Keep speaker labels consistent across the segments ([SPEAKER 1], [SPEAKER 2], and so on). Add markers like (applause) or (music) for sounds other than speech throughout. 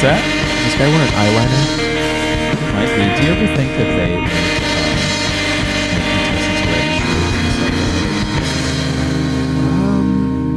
[SPEAKER 1] that? Is this guy wearing eyeliner?
[SPEAKER 2] Might be. Do you ever think that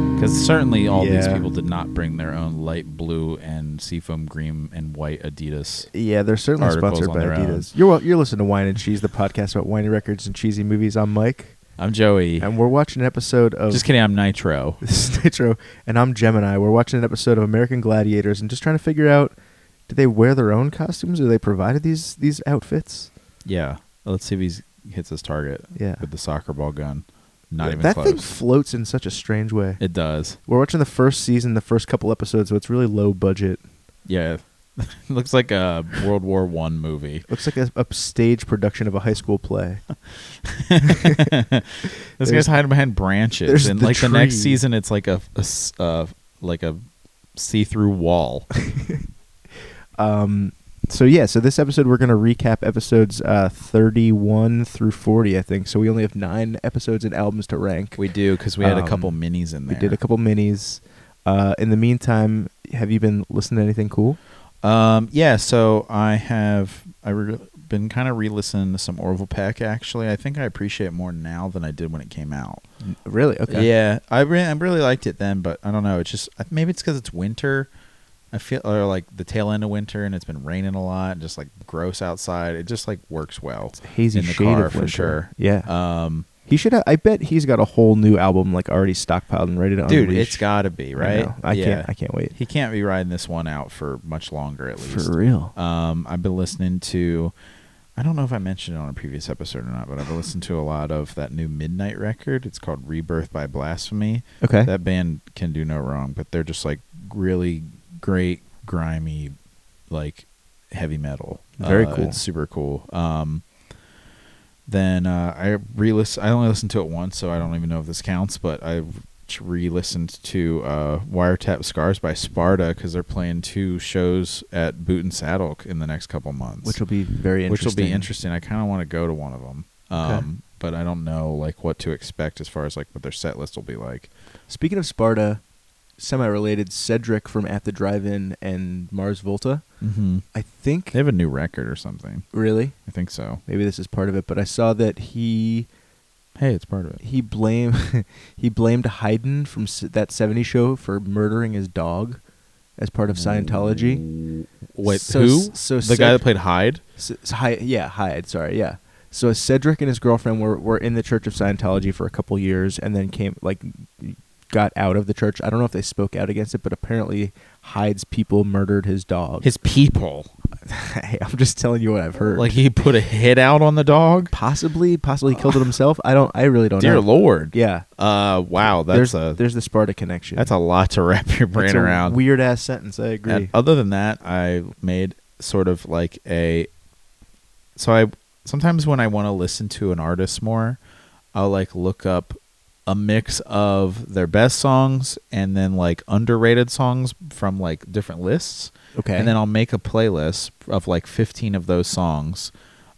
[SPEAKER 2] they like, um, make contestants wear uh, shoes?
[SPEAKER 1] Um,
[SPEAKER 2] Because certainly all these
[SPEAKER 1] Yeah.
[SPEAKER 2] people did not bring their own light blue and seafoam green and white Adidas.
[SPEAKER 1] Yeah, they're certainly
[SPEAKER 2] Articles
[SPEAKER 1] sponsored
[SPEAKER 2] on
[SPEAKER 1] by
[SPEAKER 2] their own.
[SPEAKER 1] Adidas. You're wel- you're listening to Wine and Cheese, the podcast about wine records and cheesy movies. I'm Mike,
[SPEAKER 2] I'm Joey.
[SPEAKER 1] and we're watching an episode of (laughs)
[SPEAKER 2] Just kidding. I'm Nitro.
[SPEAKER 1] This is Nitro, and I'm Gemini. We're watching an episode of American Gladiators, and just trying to figure out: do they wear their own costumes? Are they provided these these outfits?
[SPEAKER 2] Yeah. Let's see if he's hits his target.
[SPEAKER 1] Yeah.
[SPEAKER 2] With the soccer ball gun. Not
[SPEAKER 1] Th-
[SPEAKER 2] even
[SPEAKER 1] that
[SPEAKER 2] close.
[SPEAKER 1] thing floats in such a strange way.
[SPEAKER 2] it does.
[SPEAKER 1] We're watching the first season, the first couple episodes, so it's really low budget.
[SPEAKER 2] Yeah. (laughs) Looks like a World War One movie.
[SPEAKER 1] Looks like a, a stage production of a high school play.
[SPEAKER 2] This
[SPEAKER 1] There's-
[SPEAKER 2] guy's hiding behind branches,
[SPEAKER 1] there's
[SPEAKER 2] and
[SPEAKER 1] the
[SPEAKER 2] like the next
[SPEAKER 1] tree.
[SPEAKER 2] season, it's like a, a s- uh, like a see-through wall.
[SPEAKER 1] (laughs) Um, so yeah, so this episode we're gonna recap episodes uh, thirty-one through forty, I think. So we only have nine episodes and albums to rank.
[SPEAKER 2] we do because we had a couple
[SPEAKER 1] Um,
[SPEAKER 2] minis in
[SPEAKER 1] We
[SPEAKER 2] there.
[SPEAKER 1] did a couple minis. Uh, in the meantime, have you been listening to anything cool?
[SPEAKER 2] Um, yeah, so I have I re- been kind of re-listening to some Orville Peck. Actually, I think I appreciate it more now than I did when it came out.
[SPEAKER 1] Really? Okay.
[SPEAKER 2] Yeah, I re- I really liked it then, but I don't know. It's just maybe it's because it's winter. I feel or like the tail end of winter, and it's been raining a lot, and just like gross outside. It just like works well.
[SPEAKER 1] Hazy
[SPEAKER 2] in the
[SPEAKER 1] shade
[SPEAKER 2] car
[SPEAKER 1] of
[SPEAKER 2] for
[SPEAKER 1] winter.
[SPEAKER 2] sure.
[SPEAKER 1] Yeah.
[SPEAKER 2] Um,
[SPEAKER 1] he should. Have, I bet he's got a whole new album like already stockpiled and ready to
[SPEAKER 2] dude,
[SPEAKER 1] unleash.
[SPEAKER 2] it's got to be
[SPEAKER 1] I
[SPEAKER 2] right.
[SPEAKER 1] know. I, can't. I can't wait.
[SPEAKER 2] He can't be riding this one out for much longer, at least.
[SPEAKER 1] For real.
[SPEAKER 2] Um, I've been listening to. I don't know if I mentioned it on a previous episode or not, but I've been listening to a lot of that new Midnight record. It's called Rebirth by Blasphemy.
[SPEAKER 1] Okay.
[SPEAKER 2] That band can do no wrong, but they're just like really great, grimy, like heavy metal.
[SPEAKER 1] Very
[SPEAKER 2] Uh,
[SPEAKER 1] cool.
[SPEAKER 2] It's super cool. Um, then uh, I re I only listened to it once, so I don't even know if this counts. But I re-listened to uh, "Wiretap Scars" by Sparta because they're playing two shows at Boot and Saddle in the next couple months,
[SPEAKER 1] which will be very interesting.
[SPEAKER 2] which will be interesting. I kind of want to go to one of them, um,
[SPEAKER 1] Okay.
[SPEAKER 2] but I don't know like what to expect as far as like what their set list will be like.
[SPEAKER 1] Speaking of Sparta, semi-related, Cedric from At the Drive-In and Mars Volta.
[SPEAKER 2] Mm-hmm.
[SPEAKER 1] I think
[SPEAKER 2] They have a new record or something.
[SPEAKER 1] really
[SPEAKER 2] I think so.
[SPEAKER 1] maybe this is part of it, but I saw that he
[SPEAKER 2] Hey, it's part of it.
[SPEAKER 1] he blamed (laughs) he blamed Haydn from s- that 70 show for murdering his dog as part of Scientology.
[SPEAKER 2] Wait,
[SPEAKER 1] So-
[SPEAKER 2] who?
[SPEAKER 1] so
[SPEAKER 2] the guy that
[SPEAKER 1] Cedric-
[SPEAKER 2] played Hyde.
[SPEAKER 1] S- s- Hy- yeah, Hyde. Sorry, yeah. So Cedric and his girlfriend were, were in the Church of Scientology for a couple years, and then came like got out of the church. I don't know if they spoke out against it, but apparently Hyde's people murdered his dog.
[SPEAKER 2] His people.
[SPEAKER 1] (laughs) hey, I'm just telling you what I've heard.
[SPEAKER 2] Like he put a hit out on the dog.
[SPEAKER 1] possibly, possibly killed it himself. I don't. I really don't
[SPEAKER 2] Dear
[SPEAKER 1] know.
[SPEAKER 2] Lord.
[SPEAKER 1] Yeah.
[SPEAKER 2] Uh, wow. That's
[SPEAKER 1] there's
[SPEAKER 2] a
[SPEAKER 1] there's the Sparta connection.
[SPEAKER 2] that's a lot to wrap your brain
[SPEAKER 1] That's a
[SPEAKER 2] around.
[SPEAKER 1] Weird ass sentence. I
[SPEAKER 2] And
[SPEAKER 1] agree.
[SPEAKER 2] other than that, I made sort of like a. So I sometimes when I want to listen to an artist more, I'll like look up a mix of their best songs and then like underrated songs from like different lists.
[SPEAKER 1] okay.
[SPEAKER 2] And then I'll make a playlist of like 15 of those songs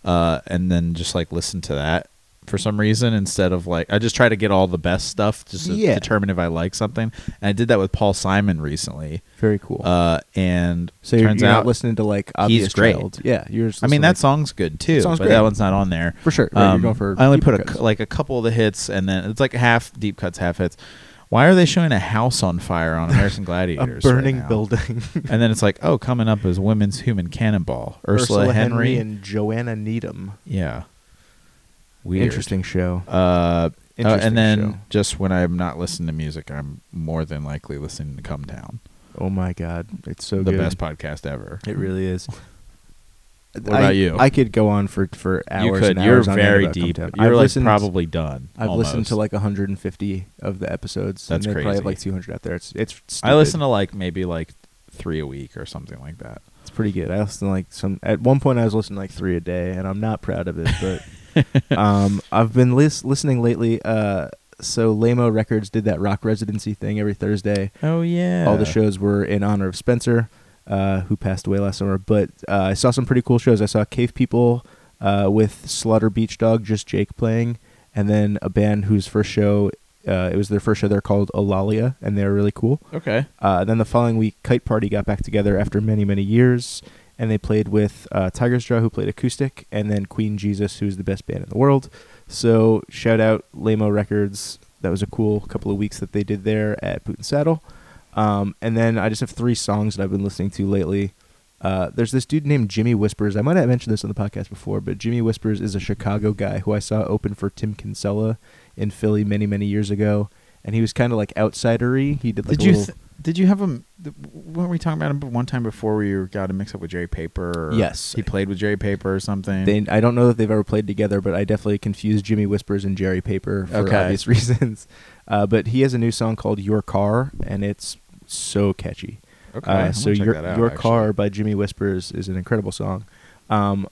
[SPEAKER 2] uh, and then just like listen to that for some reason instead of like I just try to get all the best stuff just to
[SPEAKER 1] Yeah.
[SPEAKER 2] determine if I like something. And I did that with Paul Simon recently.
[SPEAKER 1] Very cool.
[SPEAKER 2] Uh, and
[SPEAKER 1] so you're,
[SPEAKER 2] turns
[SPEAKER 1] you're
[SPEAKER 2] out
[SPEAKER 1] not listening to like obvious
[SPEAKER 2] great.
[SPEAKER 1] Child. Yeah, you're. Just
[SPEAKER 2] I
[SPEAKER 1] listening
[SPEAKER 2] mean, that
[SPEAKER 1] to,
[SPEAKER 2] song's good too,
[SPEAKER 1] That song's
[SPEAKER 2] but
[SPEAKER 1] great.
[SPEAKER 2] that one's not on there. Um,
[SPEAKER 1] For sure, right, you're going for
[SPEAKER 2] I only
[SPEAKER 1] deep
[SPEAKER 2] put a,
[SPEAKER 1] cuts.
[SPEAKER 2] cu- like a couple of the hits, and then it's like half deep cuts, half hits. Why are they showing a house on fire
[SPEAKER 1] (laughs)
[SPEAKER 2] on American
[SPEAKER 1] a
[SPEAKER 2] Gladiators? right
[SPEAKER 1] burning
[SPEAKER 2] now?
[SPEAKER 1] building. (laughs)
[SPEAKER 2] And then it's like, oh, coming up is Women's Human Cannonball, Ursula, Henry.
[SPEAKER 1] and Joanna Needham.
[SPEAKER 2] yeah, weird.
[SPEAKER 1] Interesting show.
[SPEAKER 2] Uh, uh,
[SPEAKER 1] Interesting
[SPEAKER 2] and then
[SPEAKER 1] show.
[SPEAKER 2] just when I'm not listening to music, I'm more than likely listening to Come Down,
[SPEAKER 1] Oh my God, it's so
[SPEAKER 2] the
[SPEAKER 1] good.
[SPEAKER 2] best podcast ever.
[SPEAKER 1] It really is.
[SPEAKER 2] (laughs) What
[SPEAKER 1] I-
[SPEAKER 2] about you?
[SPEAKER 1] I could go on for for hours.
[SPEAKER 2] you could.
[SPEAKER 1] And
[SPEAKER 2] You're
[SPEAKER 1] hours on end
[SPEAKER 2] very
[SPEAKER 1] about Come
[SPEAKER 2] deep.
[SPEAKER 1] Down.
[SPEAKER 2] You're
[SPEAKER 1] I've
[SPEAKER 2] like
[SPEAKER 1] listened,
[SPEAKER 2] probably done.
[SPEAKER 1] I've listened to like
[SPEAKER 2] almost.
[SPEAKER 1] 150 of the episodes.
[SPEAKER 2] That's
[SPEAKER 1] and they Probably have
[SPEAKER 2] crazy.
[SPEAKER 1] like 200 out there. It's it's.
[SPEAKER 2] I
[SPEAKER 1] stupid.
[SPEAKER 2] listen to like maybe like three a week or something like that.
[SPEAKER 1] It's pretty good. I listen to like some. At one point, I was listening to like three a day, and I'm not proud of it.
[SPEAKER 2] (laughs)
[SPEAKER 1] But um, I've been lis- listening lately. Uh, so Lamo Records did that rock residency thing every Thursday.
[SPEAKER 2] Oh yeah.
[SPEAKER 1] All the shows were in honor of Spencer, uh, who passed away last summer. But uh, I saw some pretty cool shows. I saw Cave People uh, with Slaughter Beach Dog, just Jake playing, and then a band whose first show Uh, it was their first show there called Olalia, and they were really cool.
[SPEAKER 2] Okay.
[SPEAKER 1] Uh, then the following week, Kite Party got back together after many, many years, and they played with uh, Tiger's Draw, who played acoustic, and then Queen Jesus, who's the best band in the world. So shout out Lamo Records. That was a cool couple of weeks that they did there at Boot and Saddle. Um, and then I just have three songs that I've been listening to lately. Uh, there's this dude named Jimmy Whispers. I might have mentioned this on the podcast before, but Jimmy Whispers is a Chicago guy who I saw open for Tim Kinsella in Philly many, many years ago. And he was kind of like outsidery. He did like
[SPEAKER 2] did
[SPEAKER 1] a
[SPEAKER 2] you
[SPEAKER 1] little,
[SPEAKER 2] th- did you have him? th- Weren't we talking about him one time before where you got a mix up with Jerry Paper? Or
[SPEAKER 1] Yes.
[SPEAKER 2] He played with Jerry Paper or something.
[SPEAKER 1] They, I don't know that they've ever played together, but I definitely confused Jimmy Whispers and Jerry Paper for
[SPEAKER 2] Okay.
[SPEAKER 1] obvious (laughs) reasons. Uh, but he has a new song called "Your Car" and it's so catchy.
[SPEAKER 2] okay.
[SPEAKER 1] Uh,
[SPEAKER 2] I'm gonna
[SPEAKER 1] so
[SPEAKER 2] check
[SPEAKER 1] your
[SPEAKER 2] that out,
[SPEAKER 1] your
[SPEAKER 2] actually.
[SPEAKER 1] car by Jimmy Whispers is an incredible song. Um,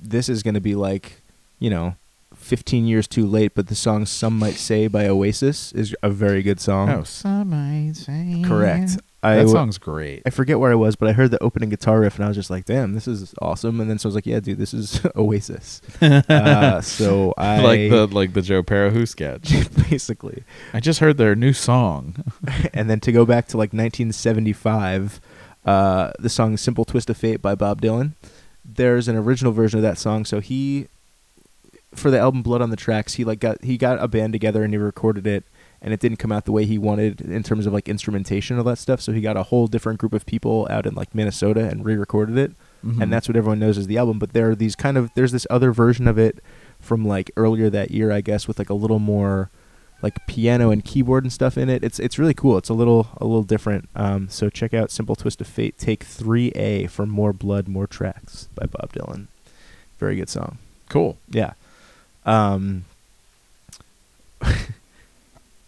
[SPEAKER 1] this is going to be like, you know, 15 years too late, but the song "Some Might Say" by Oasis is a very good song.
[SPEAKER 2] Oh, some might say.
[SPEAKER 1] Correct. I
[SPEAKER 2] That
[SPEAKER 1] w-
[SPEAKER 2] song's great.
[SPEAKER 1] I forget where I was, but I heard the opening guitar riff and I was just like, "Damn, this is awesome!" And then so I was like, "Yeah, dude, this is (laughs) Oasis." uh,
[SPEAKER 2] (laughs)
[SPEAKER 1] so I
[SPEAKER 2] like the like the Joe Parahoo (laughs) sketch.
[SPEAKER 1] (laughs) basically.
[SPEAKER 2] I just heard their new song.
[SPEAKER 1] and then to go back to like 1975, uh, the song "Simple Twist of Fate" by Bob Dylan. There's an original version of that song. So he, for the album "Blood on the Tracks," he like got he got a band together and he recorded it, and it didn't come out the way he wanted in terms of like instrumentation and all that stuff. So he got a whole different group of people out in like Minnesota and re-recorded it.
[SPEAKER 2] Mhm.
[SPEAKER 1] and that's what everyone knows as the album. But there are these kind of there's this other version of it from like earlier that year, I guess, with like a little more like piano and keyboard and stuff in it. It's it's really cool. It's a little a little different. Um, so check out "Simple Twist of Fate" take three A for more blood, more tracks by Bob Dylan. Very good song.
[SPEAKER 2] cool.
[SPEAKER 1] Yeah. Um, (laughs)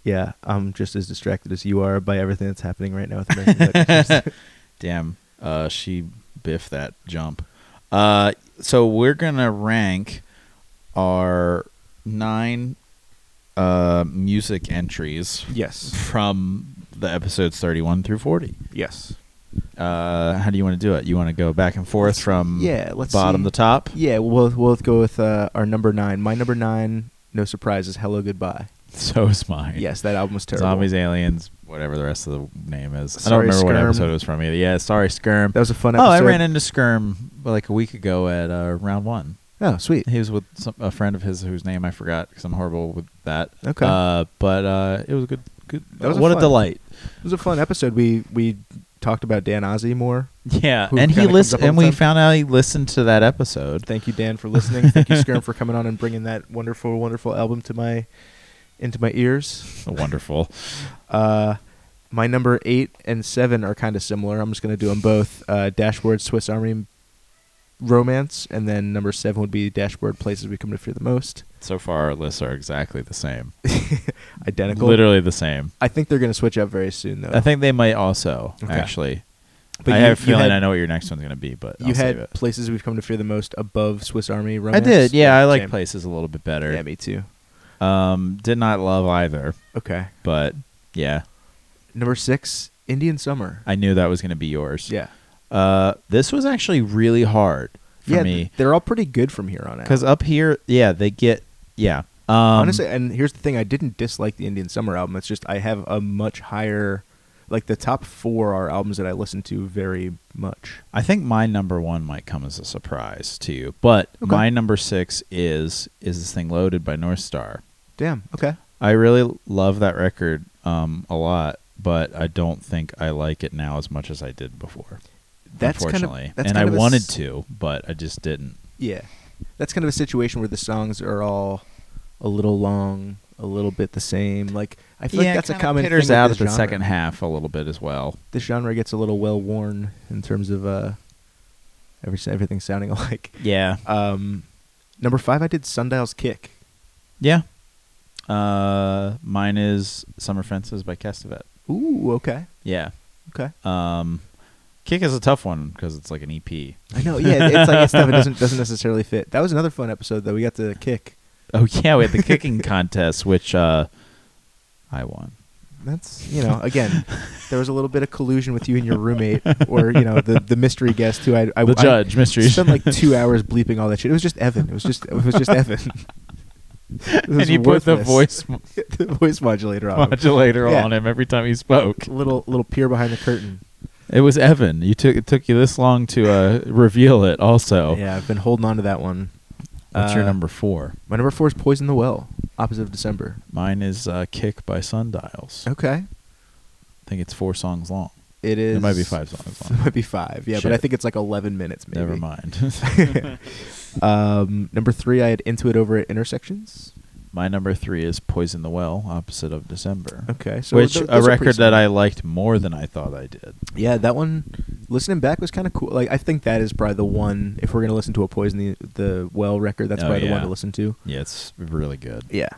[SPEAKER 1] yeah, I'm just as distracted as you are by everything that's happening right now with American Gladiators.
[SPEAKER 2] Damn. Uh, she biffed that jump. Uh, so we're gonna rank our nine uh music entries
[SPEAKER 1] (laughs) yes.
[SPEAKER 2] from the episodes thirty-one through forty.
[SPEAKER 1] Yes.
[SPEAKER 2] Uh, how do you want to do it? You want to go back and forth from
[SPEAKER 1] Yeah, let's
[SPEAKER 2] bottom
[SPEAKER 1] see.
[SPEAKER 2] to top? (laughs)
[SPEAKER 1] Yeah, we'll we'll go with uh, our number nine. My number nine, no surprise, is "Hello Goodbye."
[SPEAKER 2] So is mine.
[SPEAKER 1] Yes, that album was terrible.
[SPEAKER 2] Zombies, aliens, whatever the rest of the name is. I don't
[SPEAKER 1] Sorry,
[SPEAKER 2] remember what
[SPEAKER 1] Skirm.
[SPEAKER 2] episode it was from either. Yeah, sorry, Skirm.
[SPEAKER 1] That was a fun
[SPEAKER 2] oh,
[SPEAKER 1] episode.
[SPEAKER 2] I ran into Skirm like a week ago at uh, round one.
[SPEAKER 1] Oh, sweet.
[SPEAKER 2] He was with some, a friend of his whose name I forgot because I'm horrible with that.
[SPEAKER 1] Okay.
[SPEAKER 2] Uh, but uh, it was a good. Good.
[SPEAKER 1] That was a
[SPEAKER 2] what a
[SPEAKER 1] fun-
[SPEAKER 2] delight.
[SPEAKER 1] It was a fun episode. We we talked about Dan Ozzie more.
[SPEAKER 2] Yeah,
[SPEAKER 1] Who
[SPEAKER 2] and he
[SPEAKER 1] kinda comes up
[SPEAKER 2] listened,
[SPEAKER 1] all the
[SPEAKER 2] and we
[SPEAKER 1] time.
[SPEAKER 2] found out he listened to that episode. (laughs)
[SPEAKER 1] Thank you, Dan, for listening. Thank you, Skirm, for coming on and bringing that wonderful, wonderful album to my into my ears.
[SPEAKER 2] Wonderful.
[SPEAKER 1] Uh, my number eight and seven are kind of similar. I'm just gonna do them both. Uh, Dashboard Swiss Army Romance, and then number seven would be Dashboard Places We Come to Fear the Most.
[SPEAKER 2] So far, our lists are exactly the same.
[SPEAKER 1] Identical.
[SPEAKER 2] Literally the same.
[SPEAKER 1] I think they're gonna switch up very soon, though.
[SPEAKER 2] I think they might also
[SPEAKER 1] Okay.
[SPEAKER 2] actually.
[SPEAKER 1] But
[SPEAKER 2] I
[SPEAKER 1] you-
[SPEAKER 2] have a
[SPEAKER 1] you
[SPEAKER 2] feeling
[SPEAKER 1] had-
[SPEAKER 2] I know what your next one's gonna be, but
[SPEAKER 1] you
[SPEAKER 2] I'll
[SPEAKER 1] had
[SPEAKER 2] save it.
[SPEAKER 1] places we've come to fear the most above Swiss Army
[SPEAKER 2] I
[SPEAKER 1] Romance.
[SPEAKER 2] did. Yeah, I like
[SPEAKER 1] Same.
[SPEAKER 2] places a little bit better.
[SPEAKER 1] Yeah, me too.
[SPEAKER 2] Um, did not love either,
[SPEAKER 1] Okay,
[SPEAKER 2] but yeah,
[SPEAKER 1] number six, Indian Summer.
[SPEAKER 2] I knew that was gonna be yours.
[SPEAKER 1] yeah,
[SPEAKER 2] Uh, this was actually really hard for
[SPEAKER 1] yeah.
[SPEAKER 2] me um,
[SPEAKER 1] th- They're all pretty good from here on out.
[SPEAKER 2] because up here, yeah, they get yeah. Um,
[SPEAKER 1] honestly, and here's the thing: I didn't dislike the Indian Summer album. It's just I have a much higher, like the top four are albums that I listen to very much.
[SPEAKER 2] I think my number one might come as a surprise to you, but
[SPEAKER 1] Okay.
[SPEAKER 2] my number six is is this thing loaded by North Star.
[SPEAKER 1] Damn. Okay.
[SPEAKER 2] I really love that record um, a lot, but I don't think I like it now as much as I did before.
[SPEAKER 1] That's kind of-
[SPEAKER 2] unfortunately,
[SPEAKER 1] that's
[SPEAKER 2] and
[SPEAKER 1] kind
[SPEAKER 2] I
[SPEAKER 1] of a
[SPEAKER 2] wanted
[SPEAKER 1] s-
[SPEAKER 2] to, but I just didn't.
[SPEAKER 1] Yeah, that's kind of a situation where the songs are all a little long, a little bit the same. Like I feel like that's a common
[SPEAKER 2] pitters
[SPEAKER 1] thing
[SPEAKER 2] out
[SPEAKER 1] with
[SPEAKER 2] at the
[SPEAKER 1] this genre.
[SPEAKER 2] second half a little bit as well.
[SPEAKER 1] this genre gets a little well worn in terms of uh, every everything sounding (laughs) alike.
[SPEAKER 2] Yeah,
[SPEAKER 1] Um, number five, I did Sundial's Kick.
[SPEAKER 2] yeah. Uh, mine is Summer Fences by Castavet.
[SPEAKER 1] Ooh, okay,
[SPEAKER 2] Yeah,
[SPEAKER 1] okay.
[SPEAKER 2] um, Kick is a tough one because it's like an E EP.
[SPEAKER 1] I know. Yeah, it's like it's stuff that doesn't doesn't necessarily fit. That was another fun episode though. We got to kick.
[SPEAKER 2] Oh yeah, we had the kicking (laughs) contest, which uh, I won.
[SPEAKER 1] That's you know again, there was a little bit of collusion with you and your roommate, or you know the the mystery guest who I, I
[SPEAKER 2] the
[SPEAKER 1] I
[SPEAKER 2] judge, mystery.
[SPEAKER 1] spent like two hours bleeping all that shit. It was just Evan. It was just it was just Evan.
[SPEAKER 2] (laughs) and he put the voice mo-
[SPEAKER 1] (laughs) the voice modulator on. him.
[SPEAKER 2] modulator
[SPEAKER 1] Oh. Yeah.
[SPEAKER 2] on him every time he spoke.
[SPEAKER 1] Little little peer behind the curtain.
[SPEAKER 2] It was Evan. You took it took you this long to uh, reveal it. Also,
[SPEAKER 1] Yeah, I've been holding on to that one.
[SPEAKER 2] Oh. what's your
[SPEAKER 1] Uh,
[SPEAKER 2] number four?
[SPEAKER 1] My number four is Poison the Well, opposite of December.
[SPEAKER 2] Mine is uh, "Kick" by Sundials.
[SPEAKER 1] Okay.
[SPEAKER 2] I think it's four songs long.
[SPEAKER 1] It is.
[SPEAKER 2] It might be five songs
[SPEAKER 1] (laughs) It
[SPEAKER 2] long.
[SPEAKER 1] might be five. Yeah,
[SPEAKER 2] Shit.
[SPEAKER 1] but I think it's like 11 minutes maybe.
[SPEAKER 2] Never mind. (laughs)
[SPEAKER 1] Um, number three, I had Into It Over at Intersections.
[SPEAKER 2] My number three is "Poison the Well," opposite of December.
[SPEAKER 1] Okay. So
[SPEAKER 2] Which
[SPEAKER 1] tho-
[SPEAKER 2] a
[SPEAKER 1] those are pretty
[SPEAKER 2] record that
[SPEAKER 1] similar.
[SPEAKER 2] I liked more than I thought I did.
[SPEAKER 1] Yeah, that one. Listening back was kind of cool. Like I think that is probably the one. If we're gonna listen to a Poison the, the Well record, that's
[SPEAKER 2] Oh,
[SPEAKER 1] probably the one
[SPEAKER 2] yeah.
[SPEAKER 1] to listen to.
[SPEAKER 2] Yeah, it's really good.
[SPEAKER 1] Yeah.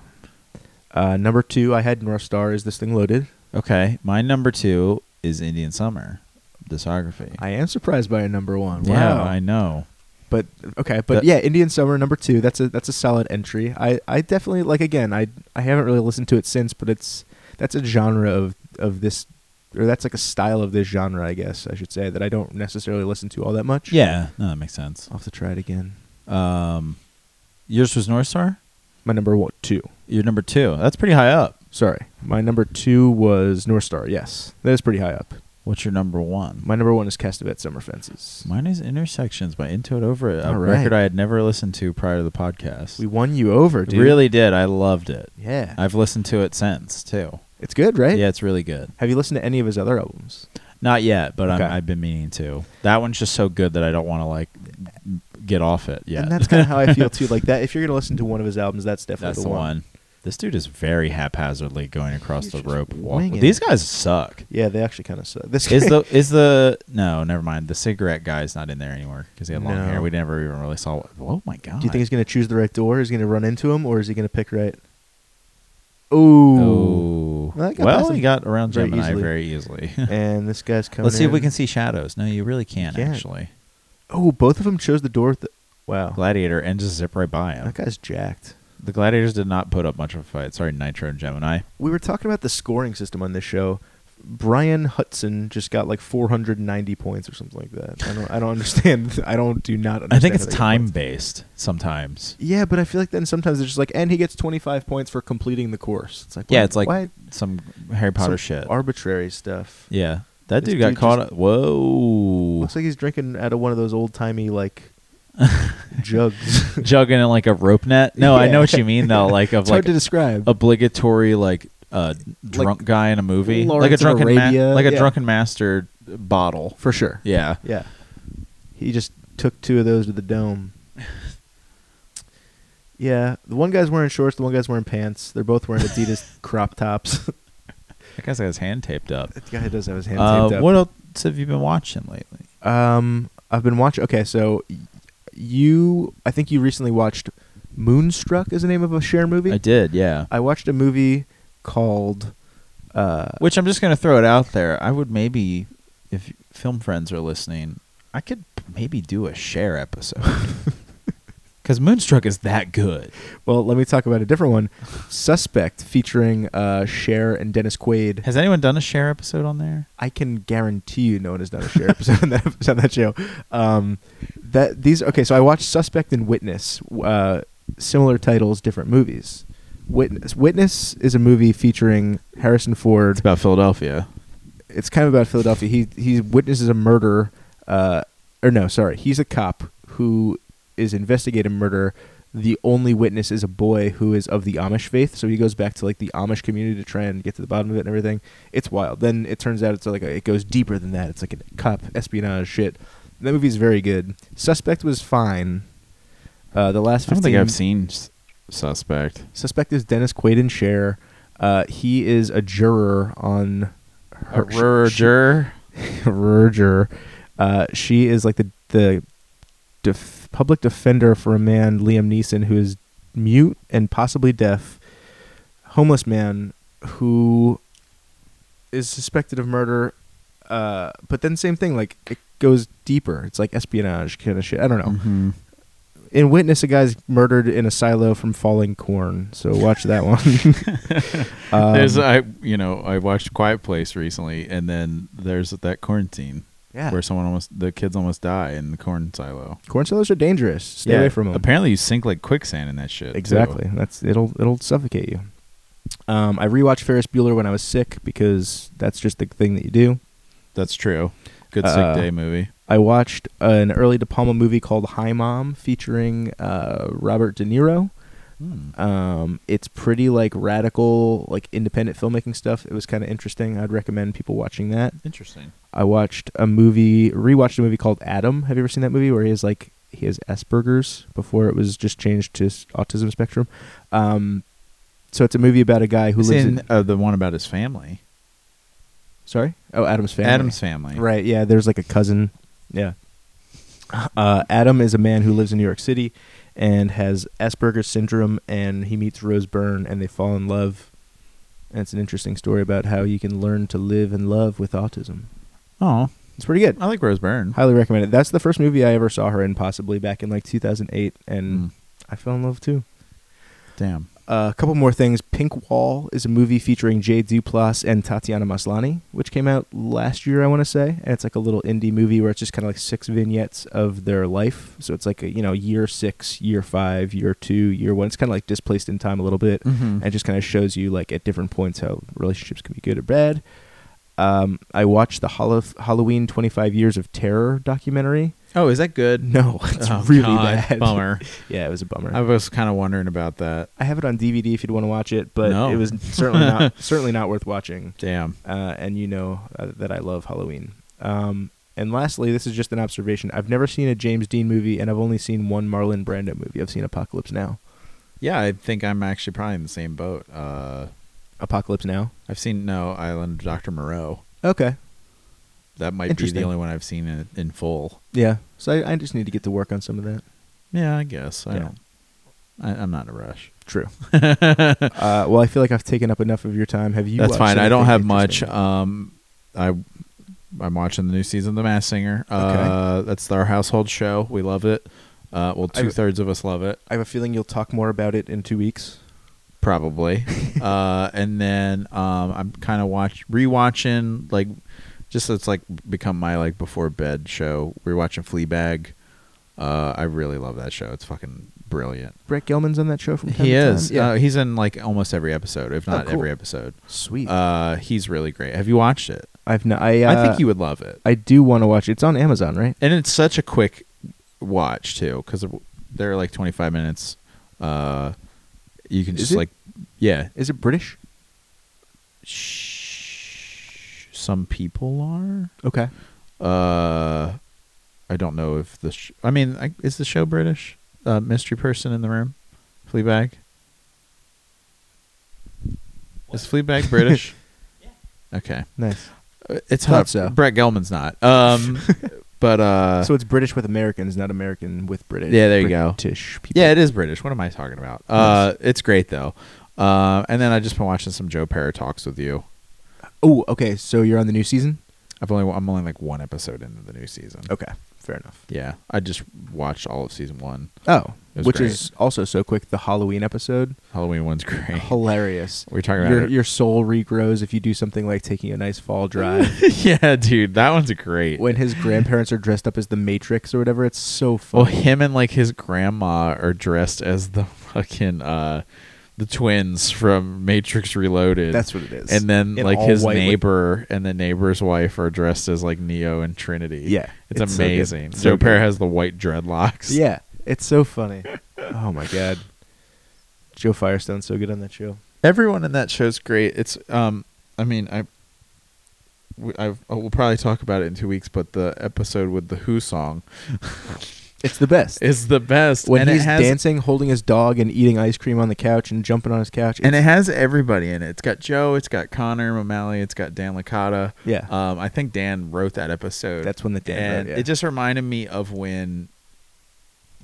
[SPEAKER 1] Uh, number two, I had North Star. Is this thing loaded?
[SPEAKER 2] Okay, my number two is Indian Summer, discography.
[SPEAKER 1] I am surprised by a number one. Wow.
[SPEAKER 2] Yeah, I know.
[SPEAKER 1] But okay, but
[SPEAKER 2] That-
[SPEAKER 1] yeah, Indian Summer number two. That's a that's a solid entry. I, I definitely like again. I I haven't really listened to it since, but it's that's a genre of of this or that's like a style of this genre, I guess I should say that I don't necessarily listen to all that much.
[SPEAKER 2] Yeah, no, that makes sense.
[SPEAKER 1] I'll have to try it again.
[SPEAKER 2] Um, yours was North Star.
[SPEAKER 1] My number one, two.
[SPEAKER 2] Your number two. That's pretty high up.
[SPEAKER 1] Sorry, my number two was North Star. Yes, that is pretty high up.
[SPEAKER 2] What's your number one?
[SPEAKER 1] My number one is Castavet Summer Fences.
[SPEAKER 2] Mine is Intersections by Into It Over It, a
[SPEAKER 1] All right.
[SPEAKER 2] record I had never listened to prior to the podcast.
[SPEAKER 1] we won you over, dude.
[SPEAKER 2] really did. I loved it.
[SPEAKER 1] Yeah.
[SPEAKER 2] I've listened to it since too.
[SPEAKER 1] it's good, right?
[SPEAKER 2] Yeah, it's really good.
[SPEAKER 1] Have you listened to any of his other albums?
[SPEAKER 2] Not yet, but I'm,
[SPEAKER 1] Okay.
[SPEAKER 2] I've been meaning to. That one's just so good that I don't want to like get off it yet.
[SPEAKER 1] And that's kind of how I feel
[SPEAKER 2] (laughs)
[SPEAKER 1] too. Like that, if you're gonna listen to one of his albums, that's definitely
[SPEAKER 2] That's
[SPEAKER 1] the,
[SPEAKER 2] the one. This dude is very haphazardly going across
[SPEAKER 1] He's
[SPEAKER 2] the
[SPEAKER 1] just
[SPEAKER 2] rope. Walk.
[SPEAKER 1] winging
[SPEAKER 2] These
[SPEAKER 1] it. (laughs)
[SPEAKER 2] guys suck.
[SPEAKER 1] Yeah, they actually kind of suck. This
[SPEAKER 2] is the is the no? Never mind. The cigarette guy's not in there anymore because he had long
[SPEAKER 1] No.
[SPEAKER 2] hair. We never even really saw. What, oh my god!
[SPEAKER 1] do you think he's gonna choose the right door? Is he gonna run into him, or is he gonna pick right? Ooh.
[SPEAKER 2] Oh.
[SPEAKER 1] Well, I got
[SPEAKER 2] Well,
[SPEAKER 1] past
[SPEAKER 2] he
[SPEAKER 1] him
[SPEAKER 2] got around
[SPEAKER 1] very
[SPEAKER 2] Gemini
[SPEAKER 1] easily.
[SPEAKER 2] very easily. (laughs)
[SPEAKER 1] And this guy's coming.
[SPEAKER 2] Let's see if we
[SPEAKER 1] in.
[SPEAKER 2] can see shadows. No, you really can't,
[SPEAKER 1] can't.
[SPEAKER 2] actually.
[SPEAKER 1] Oh, both of them chose the door. With the, wow,
[SPEAKER 2] Gladiator and just zip right by him.
[SPEAKER 1] that guy's jacked.
[SPEAKER 2] The Gladiators did not put up much of a fight. Sorry, Nitro and Gemini.
[SPEAKER 1] We were talking about the scoring system on this show. Brian Hudson just got like 490 points or something like that. I don't. I don't understand. (laughs) I don't. Do not. Understand
[SPEAKER 2] I think
[SPEAKER 1] how
[SPEAKER 2] it's
[SPEAKER 1] they get
[SPEAKER 2] time
[SPEAKER 1] points.
[SPEAKER 2] based sometimes.
[SPEAKER 1] Yeah, but I feel like then sometimes they're just like, and he gets 25 points for completing the course. It's like,
[SPEAKER 2] Yeah,
[SPEAKER 1] why-
[SPEAKER 2] it's like
[SPEAKER 1] why
[SPEAKER 2] some Harry Potter
[SPEAKER 1] some
[SPEAKER 2] shit.
[SPEAKER 1] arbitrary stuff.
[SPEAKER 2] yeah. That
[SPEAKER 1] This
[SPEAKER 2] dude got
[SPEAKER 1] dude
[SPEAKER 2] caught
[SPEAKER 1] just-
[SPEAKER 2] up. Whoa.
[SPEAKER 1] (laughs) Looks like he's drinking out of one of those old timey
[SPEAKER 2] (laughs)
[SPEAKER 1] like jugs.
[SPEAKER 2] Jugging in like a rope net. No, I know
[SPEAKER 1] Yeah.
[SPEAKER 2] what you
[SPEAKER 1] (laughs)
[SPEAKER 2] mean, though. Like, of
[SPEAKER 1] it's hard
[SPEAKER 2] like
[SPEAKER 1] to describe.
[SPEAKER 2] obligatory, like, uh, drunk guy in a movie. like
[SPEAKER 1] Lawrence
[SPEAKER 2] a
[SPEAKER 1] of
[SPEAKER 2] drunken ma-
[SPEAKER 1] Arabia,
[SPEAKER 2] like a
[SPEAKER 1] yeah.
[SPEAKER 2] drunken master bottle.
[SPEAKER 1] for sure.
[SPEAKER 2] Yeah.
[SPEAKER 1] Yeah. He just took two of those to the
[SPEAKER 2] (laughs)
[SPEAKER 1] dome. Yeah, the one guy's wearing shorts, the one guy's wearing pants. They're both wearing
[SPEAKER 2] (laughs)
[SPEAKER 1] Adidas crop tops. (laughs)
[SPEAKER 2] That guy's got his hand taped up.
[SPEAKER 1] that guy does have his hand
[SPEAKER 2] Uh,
[SPEAKER 1] taped up.
[SPEAKER 2] what else have you been watching lately?
[SPEAKER 1] Um, I've been watching. Okay, so y- you, I think you recently watched Moonstruck. Is the name of a share movie?
[SPEAKER 2] I did, yeah.
[SPEAKER 1] I watched a movie called. Uh,
[SPEAKER 2] Which I'm just going to throw it out there. I would maybe, if film friends are listening, I could maybe do a share episode. (laughs) Because Moonstruck is that good.
[SPEAKER 1] well, let me talk about a different
[SPEAKER 2] (laughs)
[SPEAKER 1] one. Suspect featuring uh, Cher and Dennis Quaid.
[SPEAKER 2] Has anyone done a share episode on there?
[SPEAKER 1] I can guarantee you, no one has done a Cher episode on that, (laughs) on that show. Um, that these okay. So I watched Suspect and Witness. Uh, similar titles, different movies. Witness. Witness is a movie featuring Harrison Ford.
[SPEAKER 2] about Philadelphia.
[SPEAKER 1] it's kind of about Philadelphia. He he witnesses a murder, uh, or no, sorry, he's a cop who is investigating murder. The only witness is a boy who is of the Amish faith, so he goes back to like the Amish community to try and get to the bottom of it and everything. It's wild. Then it turns out it's like a, it goes deeper than that. It's like a cop espionage shit. That movie's very good. Suspect was fine. Uh, the last
[SPEAKER 2] I
[SPEAKER 1] fifteen.
[SPEAKER 2] don't think I've seen S- Suspect.
[SPEAKER 1] Suspect is Dennis Quaid and Cher. Uh, he is a juror on
[SPEAKER 2] A
[SPEAKER 1] she-
[SPEAKER 2] rur-
[SPEAKER 1] she-
[SPEAKER 2] juror.
[SPEAKER 1] Roger. Uh, she is like the the def- public defender for a man, Liam Neeson, who is mute and possibly deaf, homeless man who is suspected of murder. Uh, but then same thing, like it goes deeper. It's like espionage kind of shit. I don't know.
[SPEAKER 2] Mhm.
[SPEAKER 1] In Witness, a guy's murdered in a silo from falling corn. So watch that one. (laughs) Um,
[SPEAKER 2] (laughs) there's I you know I watched Quiet Place recently, and then there's that quarantine.
[SPEAKER 1] Yeah.
[SPEAKER 2] where someone almost the kids almost die in the corn silo.
[SPEAKER 1] Corn silos are dangerous. Stay
[SPEAKER 2] Yeah,
[SPEAKER 1] away from them.
[SPEAKER 2] Apparently, you sink like quicksand in that shit. too.
[SPEAKER 1] Exactly. That's it'll it'll suffocate you. Um, I rewatched Ferris Bueller when I was sick because that's just the thing that you do.
[SPEAKER 2] That's true. Good
[SPEAKER 1] Uh,
[SPEAKER 2] sick day movie.
[SPEAKER 1] I watched an early De Palma movie called High Mom featuring uh, Robert De Niro.
[SPEAKER 2] Hmm.
[SPEAKER 1] Um, it's pretty like radical, like independent filmmaking stuff. It was kind of interesting. I'd recommend people watching that.
[SPEAKER 2] Interesting.
[SPEAKER 1] I watched a movie, rewatched a movie called Adam. Have you ever seen that movie where he has like he has Asperger's before it was just changed to s- autism spectrum? Um, so it's a movie about a guy who
[SPEAKER 2] It's
[SPEAKER 1] lives
[SPEAKER 2] in,
[SPEAKER 1] in,
[SPEAKER 2] uh, the one about his family.
[SPEAKER 1] sorry, oh Adam's family.
[SPEAKER 2] Adam's family.
[SPEAKER 1] Right. Yeah. There's like a cousin. Yeah. Uh, Adam is a man who lives in New York City and has Asperger's syndrome, and he meets Rose Byrne, and they fall in love. And it's an interesting story about how you can learn to live and love with autism.
[SPEAKER 2] Oh,
[SPEAKER 1] It's pretty good.
[SPEAKER 2] I like Rose Byrne.
[SPEAKER 1] Highly recommend it. That's the first movie I ever saw her in, possibly back in like 2008, and
[SPEAKER 2] Mm.
[SPEAKER 1] I fell in love too.
[SPEAKER 2] Damn.
[SPEAKER 1] Uh, a couple more things. Pink Wall is a movie featuring Jay Duplass and Tatiana Maslany, which came out last year, I want to say. And it's like a little indie movie where it's just kind of like six vignettes of their life. So it's like, a, you know, year six, year five, year two, year one. It's kind of like displaced in time a little bit.
[SPEAKER 2] Mhm.
[SPEAKER 1] And it just kind of shows you, like, at different points how relationships can be good or bad. Um, I watched the Hall- Halloween 25 Years of Terror documentary.
[SPEAKER 2] Oh, is that good? (laughs)
[SPEAKER 1] No, (laughs) it's
[SPEAKER 2] Oh,
[SPEAKER 1] really
[SPEAKER 2] God,
[SPEAKER 1] bad.
[SPEAKER 2] (laughs) Bummer.
[SPEAKER 1] Yeah, it was a bummer.
[SPEAKER 2] I was kind of wondering about that.
[SPEAKER 1] I have it on DVD if you'd want to watch it, but
[SPEAKER 2] No.
[SPEAKER 1] it was certainly
[SPEAKER 2] (laughs)
[SPEAKER 1] not certainly not worth watching.
[SPEAKER 2] Damn.
[SPEAKER 1] Uh, and you know uh, that I love Halloween. Um, and lastly, this is just an observation. I've never seen a James Dean movie, and I've only seen one Marlon Brando movie. I've seen Apocalypse Now.
[SPEAKER 2] Yeah, I think I'm actually probably in the same boat. Uh,
[SPEAKER 1] Apocalypse Now.
[SPEAKER 2] I've seen No Island of Dr. Moreau.
[SPEAKER 1] Okay.
[SPEAKER 2] That might be
[SPEAKER 1] Interesting.
[SPEAKER 2] the only one I've seen in, in full.
[SPEAKER 1] Yeah. So I, I just need to get to work on some of that.
[SPEAKER 2] Yeah, I guess. I
[SPEAKER 1] Yeah.
[SPEAKER 2] don't. I, I'm not in a rush. (laughs)
[SPEAKER 1] True. uh, well, I feel like I've taken up enough of your time. Have you?
[SPEAKER 2] That's
[SPEAKER 1] watched
[SPEAKER 2] fine. I don't
[SPEAKER 1] anything
[SPEAKER 2] have much.
[SPEAKER 1] interesting?
[SPEAKER 2] Um, I I'm watching the new season of The Mass Singer. Uh, that's our household show. We love it. Uh, well,
[SPEAKER 1] I-
[SPEAKER 2] two thirds of us love it,
[SPEAKER 1] I have a feeling you'll talk more about it in two weeks. (laughs)
[SPEAKER 2] probably. uh, and then um, I'm kind of watch rewatching like just it's like become my like before bed show. We're watching Fleabag. Uh, I really love that show. It's fucking brilliant.
[SPEAKER 1] Brett Gelman's on that show from time
[SPEAKER 2] He
[SPEAKER 1] to time?
[SPEAKER 2] is. Uh, he's in like almost every episode, if
[SPEAKER 1] Oh,
[SPEAKER 2] not
[SPEAKER 1] cool.
[SPEAKER 2] every episode.
[SPEAKER 1] Sweet.
[SPEAKER 2] Uh, he's really great. Have you watched it?
[SPEAKER 1] I've not. I, uh,
[SPEAKER 2] I think you would love it.
[SPEAKER 1] I do want to watch. it. It's on Amazon, right?
[SPEAKER 2] and it's such a quick watch too because they're like 25 minutes uh you can
[SPEAKER 1] Is
[SPEAKER 2] just
[SPEAKER 1] it?
[SPEAKER 2] like yeah
[SPEAKER 1] Is it British?
[SPEAKER 2] Shh. some people are
[SPEAKER 1] Okay.
[SPEAKER 2] uh i don't know if the sh- i mean I, is the show british uh mystery person in the room fleabag Is fleabag british
[SPEAKER 1] (laughs)
[SPEAKER 2] okay
[SPEAKER 1] Nice.
[SPEAKER 2] Uh, it's
[SPEAKER 1] Thought
[SPEAKER 2] hot
[SPEAKER 1] so.
[SPEAKER 2] brett gelman's not
[SPEAKER 1] (laughs)
[SPEAKER 2] um but uh
[SPEAKER 1] so it's British with Americans, not American with British.
[SPEAKER 2] Yeah, there you go.
[SPEAKER 1] British people.
[SPEAKER 2] Yeah, it is British. What am I talking about? Uh, It's great though. Uh, and then I just been watching some Joe Para talks with you.
[SPEAKER 1] Oh, okay. So you're on the new season.
[SPEAKER 2] I've only I'm only like one episode into the new season.
[SPEAKER 1] Okay. Fair enough.
[SPEAKER 2] Yeah, I just watched all of season one.
[SPEAKER 1] Oh,
[SPEAKER 2] It was
[SPEAKER 1] which
[SPEAKER 2] great.
[SPEAKER 1] is also so quick. The Halloween episode,
[SPEAKER 2] Halloween one's great.
[SPEAKER 1] hilarious.
[SPEAKER 2] We're talking about
[SPEAKER 1] Your
[SPEAKER 2] it.
[SPEAKER 1] your soul regrows if you do something like taking a nice fall
[SPEAKER 2] (laughs)
[SPEAKER 1] drive.
[SPEAKER 2] yeah, dude, that one's great.
[SPEAKER 1] when his grandparents are dressed up as the Matrix or whatever, it's so
[SPEAKER 2] well,
[SPEAKER 1] funny.
[SPEAKER 2] him and like his grandma are dressed as the fucking uh, the twins from Matrix Reloaded.
[SPEAKER 1] That's what it is.
[SPEAKER 2] and then
[SPEAKER 1] In
[SPEAKER 2] like
[SPEAKER 1] all
[SPEAKER 2] his
[SPEAKER 1] white with-
[SPEAKER 2] neighbor and the neighbor's wife are dressed as like Neo and Trinity.
[SPEAKER 1] Yeah,
[SPEAKER 2] it's,
[SPEAKER 1] it's so good.
[SPEAKER 2] amazing.
[SPEAKER 1] So
[SPEAKER 2] Joe Pear
[SPEAKER 1] good.
[SPEAKER 2] has the white dreadlocks.
[SPEAKER 1] Yeah, it's so
[SPEAKER 2] (laughs)
[SPEAKER 1] funny. oh my god, Joe Firestone's so good on that show.
[SPEAKER 2] everyone in that show's great. It's um, I mean, I, we, I've, oh, we'll probably talk about it in two weeks, but the episode with the Who song
[SPEAKER 1] It's the best.
[SPEAKER 2] is the best.
[SPEAKER 1] when
[SPEAKER 2] and
[SPEAKER 1] he's
[SPEAKER 2] it has,
[SPEAKER 1] dancing, holding his dog, and eating ice cream on the couch and jumping on his couch.
[SPEAKER 2] and it
[SPEAKER 1] it's-
[SPEAKER 2] has everybody in it. It's got Joe, it's got Connor O'Malley, it's got Dan Licata.
[SPEAKER 1] yeah,
[SPEAKER 2] Um, I think Dan wrote that episode.
[SPEAKER 1] that's when the
[SPEAKER 2] and
[SPEAKER 1] dance. Yeah.
[SPEAKER 2] it just reminded me of when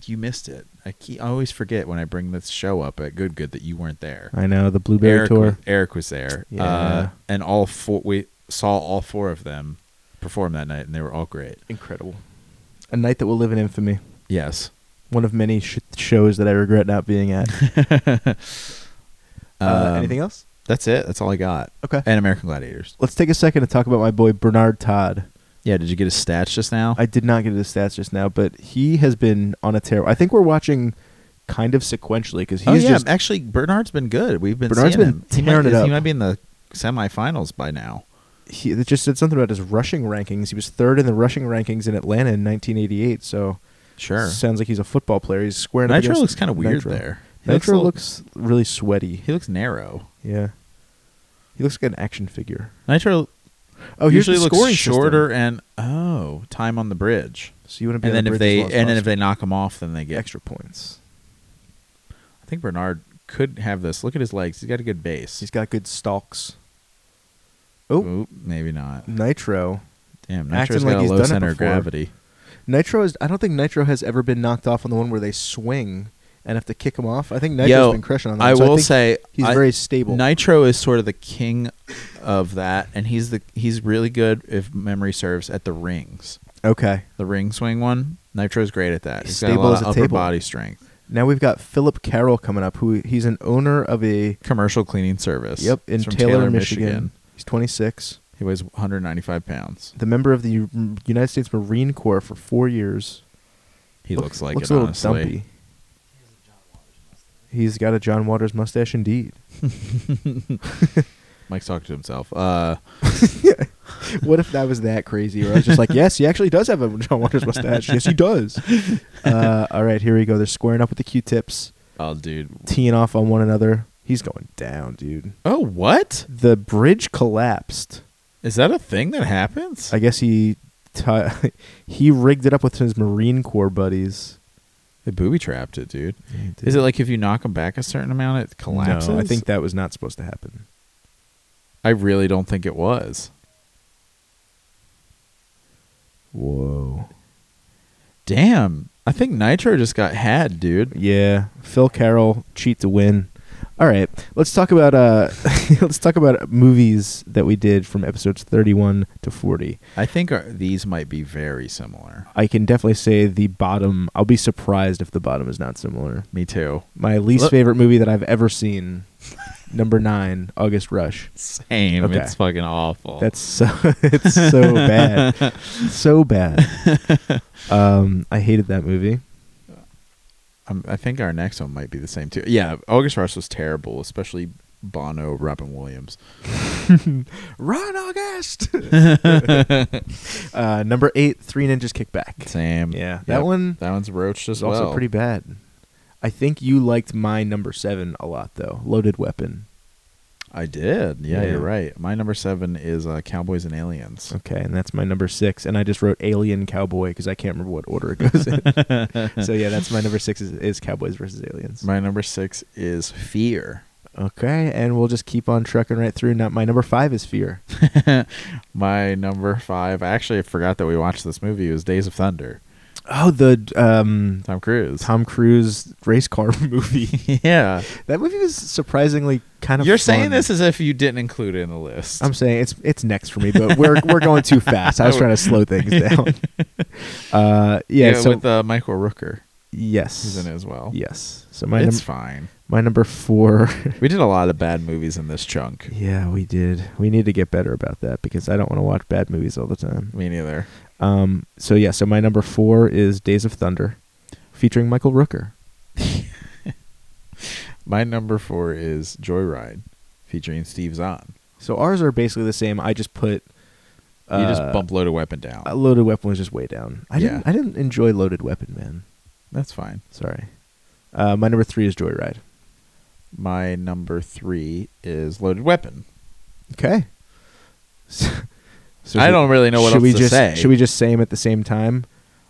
[SPEAKER 2] you missed it. I, keep, I always forget when I bring this show up at Good Good that you weren't there.
[SPEAKER 1] I know the blueberry
[SPEAKER 2] Eric,
[SPEAKER 1] tour.
[SPEAKER 2] Eric was there, uh,
[SPEAKER 1] Yeah.
[SPEAKER 2] and all four we saw all four of them perform that night, and they were all great.
[SPEAKER 1] Incredible, a night that will live in infamy.
[SPEAKER 2] Yes.
[SPEAKER 1] One of many sh- shows that I regret not being
[SPEAKER 2] (laughs)
[SPEAKER 1] at. uh,
[SPEAKER 2] Um,
[SPEAKER 1] anything else?
[SPEAKER 2] That's it. That's all I got.
[SPEAKER 1] Okay.
[SPEAKER 2] And American Gladiators.
[SPEAKER 1] Let's take a second to talk about my boy Bernard Todd.
[SPEAKER 2] Yeah, did you get his stats just now?
[SPEAKER 1] I did not get his stats just now, but he has been on a tear. I think we're watching kind of sequentially because he's
[SPEAKER 2] oh yeah,
[SPEAKER 1] just
[SPEAKER 2] actually Bernard's been good. We've been
[SPEAKER 1] Bernard's
[SPEAKER 2] seeing
[SPEAKER 1] been
[SPEAKER 2] him. He
[SPEAKER 1] tearing
[SPEAKER 2] might,
[SPEAKER 1] it up.
[SPEAKER 2] He might be in the semifinals by now.
[SPEAKER 1] he it just said something about his rushing rankings. He was third in the rushing rankings in Atlanta in 1988. So
[SPEAKER 2] Sure.
[SPEAKER 1] sounds like he's a football player. He's squaring up.
[SPEAKER 2] Nitro
[SPEAKER 1] against
[SPEAKER 2] looks kind of weird
[SPEAKER 1] Nitro.
[SPEAKER 2] there. He
[SPEAKER 1] Nitro
[SPEAKER 2] a little-
[SPEAKER 1] looks really sweaty.
[SPEAKER 2] he looks narrow.
[SPEAKER 1] Yeah, he looks like an action figure.
[SPEAKER 2] Nitro
[SPEAKER 1] Oh, here's
[SPEAKER 2] usually
[SPEAKER 1] the
[SPEAKER 2] looks
[SPEAKER 1] scoring system.
[SPEAKER 2] shorter and oh, time on the bridge.
[SPEAKER 1] So you want to be
[SPEAKER 2] And
[SPEAKER 1] on
[SPEAKER 2] then
[SPEAKER 1] the bridge
[SPEAKER 2] if they
[SPEAKER 1] as long as
[SPEAKER 2] and then if
[SPEAKER 1] possible.
[SPEAKER 2] they knock him off, then they get
[SPEAKER 1] extra points,
[SPEAKER 2] I think Bernard could have this. Look at his legs. He's got a good base.
[SPEAKER 1] he's got good stalks. Oh,
[SPEAKER 2] Oop, maybe not.
[SPEAKER 1] Nitro.
[SPEAKER 2] Damn,
[SPEAKER 1] Acting
[SPEAKER 2] Nitro's
[SPEAKER 1] like
[SPEAKER 2] got
[SPEAKER 1] he's
[SPEAKER 2] a low
[SPEAKER 1] done it
[SPEAKER 2] center of
[SPEAKER 1] before.
[SPEAKER 2] gravity.
[SPEAKER 1] Nitro is. I don't think Nitro has ever been knocked off on the one where they swing and have to kick him off. I think Nitro's
[SPEAKER 2] Yo,
[SPEAKER 1] been crushing on that.
[SPEAKER 2] I
[SPEAKER 1] so
[SPEAKER 2] will
[SPEAKER 1] think
[SPEAKER 2] say
[SPEAKER 1] he's
[SPEAKER 2] I-
[SPEAKER 1] very stable.
[SPEAKER 2] Nitro is sort of the king of that, and he's the he's really good if memory serves at the rings,
[SPEAKER 1] okay.
[SPEAKER 2] the ring swing one. Nitro's great at that.
[SPEAKER 1] He's
[SPEAKER 2] He's got a
[SPEAKER 1] stable
[SPEAKER 2] lot
[SPEAKER 1] as
[SPEAKER 2] of
[SPEAKER 1] a
[SPEAKER 2] upper
[SPEAKER 1] table.
[SPEAKER 2] body strength.
[SPEAKER 1] Now we've got Philip Carroll coming up, who he's an owner of a
[SPEAKER 2] Commercial cleaning service.
[SPEAKER 1] yep in
[SPEAKER 2] It's from
[SPEAKER 1] Taylor, Michigan. He's 26.
[SPEAKER 2] He weighs 195 pounds.
[SPEAKER 1] The member of the U- United States Marine Corps for four years.
[SPEAKER 2] He looks like
[SPEAKER 1] looks
[SPEAKER 2] it,
[SPEAKER 1] a little
[SPEAKER 2] honestly.
[SPEAKER 1] dumpy. He's got a John Waters mustache, indeed.
[SPEAKER 2] Mike's talking to himself. Uh,
[SPEAKER 1] (laughs) what if that was that crazy? Or I was just like, yes, he actually does have a John Waters mustache. Yes, he
[SPEAKER 2] (laughs)
[SPEAKER 1] does. Uh, all right, here we go. They're squaring up with the Q-tips,
[SPEAKER 2] oh, dude.
[SPEAKER 1] teeing off on one another. He's going down, dude.
[SPEAKER 2] Oh, what
[SPEAKER 1] The bridge collapsed.
[SPEAKER 2] is that a thing that happens?
[SPEAKER 1] I guess he ti (laughs) he rigged it up with his Marine Corps buddies.
[SPEAKER 2] they booby trapped it, dude. Is it like if you knock him back a certain amount, it collapses?
[SPEAKER 1] No, I think that was not supposed to happen.
[SPEAKER 2] I really don't think it was.
[SPEAKER 1] Whoa.
[SPEAKER 2] Damn. I think Nitro just got had, dude.
[SPEAKER 1] Yeah, Phil Carroll cheat to win. All right, let's talk about uh, (laughs) let's talk about movies that we did from episodes thirty-one to forty.
[SPEAKER 2] I think our, these might be very similar.
[SPEAKER 1] I can definitely say the bottom. I'll be surprised if the bottom is not similar.
[SPEAKER 2] Me too.
[SPEAKER 1] My least
[SPEAKER 2] Look-
[SPEAKER 1] favorite movie that I've ever seen, number nine, August Rush.
[SPEAKER 2] Same.
[SPEAKER 1] Okay.
[SPEAKER 2] It's fucking awful.
[SPEAKER 1] That's so (laughs) it's so bad, so bad. Um, I hated that movie.
[SPEAKER 2] um, I think our next one might be the same too. Yeah, August Rush was terrible, especially Bono, Robin Williams.
[SPEAKER 1] Run August. (laughs) uh, number eight, Three Ninjas Kick Back.
[SPEAKER 2] Same.
[SPEAKER 1] Yeah, that one
[SPEAKER 2] That one's roached as
[SPEAKER 1] is
[SPEAKER 2] well.
[SPEAKER 1] also pretty bad. I think you liked my number seven a lot though. Loaded Weapon.
[SPEAKER 2] I did. Yeah,
[SPEAKER 1] Yeah.
[SPEAKER 2] you're right. My number seven is uh, Cowboys and Aliens.
[SPEAKER 1] Okay, and that's my number six. And I just wrote Alien Cowboy because I can't remember what order it goes in. (laughs) so yeah, that's my number six is, is Cowboys versus Aliens.
[SPEAKER 2] My number six is Fear.
[SPEAKER 1] Okay, and we'll just keep on trucking right through. Not my number five is Fear.
[SPEAKER 2] My number five. I actually forgot that we watched this movie. It was Days of Thunder.
[SPEAKER 1] (laughs) Oh, the um,
[SPEAKER 2] Tom Cruise.
[SPEAKER 1] Tom Cruise race car (laughs) movie.
[SPEAKER 2] (laughs) yeah.
[SPEAKER 1] That movie was surprisingly kind of.
[SPEAKER 2] You're
[SPEAKER 1] fun.
[SPEAKER 2] saying this as if you didn't include it in the list.
[SPEAKER 1] I'm saying it's it's next for me, but we're we're going
[SPEAKER 2] (laughs)
[SPEAKER 1] too fast. I was trying to slow things down. Uh, yeah, So
[SPEAKER 2] with uh, Michael Rooker.
[SPEAKER 1] yes,
[SPEAKER 2] He's in it as well.
[SPEAKER 1] yes. So my
[SPEAKER 2] it's
[SPEAKER 1] num-
[SPEAKER 2] fine.
[SPEAKER 1] my number four.
[SPEAKER 2] We did a lot of bad movies in this chunk.
[SPEAKER 1] yeah, we did. We need to get better about that because I don't want to watch bad movies all the time.
[SPEAKER 2] Me neither.
[SPEAKER 1] Um. So yeah. So my number four is Days of Thunder, featuring Michael Rooker.
[SPEAKER 2] My number four is Joyride, featuring Steve Zahn.
[SPEAKER 1] So ours are basically the same. I just put.
[SPEAKER 2] You just
[SPEAKER 1] uh,
[SPEAKER 2] bump load a weapon down.
[SPEAKER 1] uh, Loaded Weapon was just way down. I didn't.
[SPEAKER 2] Yeah.
[SPEAKER 1] I didn't enjoy Loaded Weapon, man.
[SPEAKER 2] That's fine.
[SPEAKER 1] Sorry. Uh, my number three is Joyride.
[SPEAKER 2] My number three is Loaded Weapon.
[SPEAKER 1] Okay. So, (laughs) so
[SPEAKER 2] I
[SPEAKER 1] should-
[SPEAKER 2] don't really know what
[SPEAKER 1] should
[SPEAKER 2] else
[SPEAKER 1] we
[SPEAKER 2] to
[SPEAKER 1] just,
[SPEAKER 2] say.
[SPEAKER 1] Should we just say them at the same time?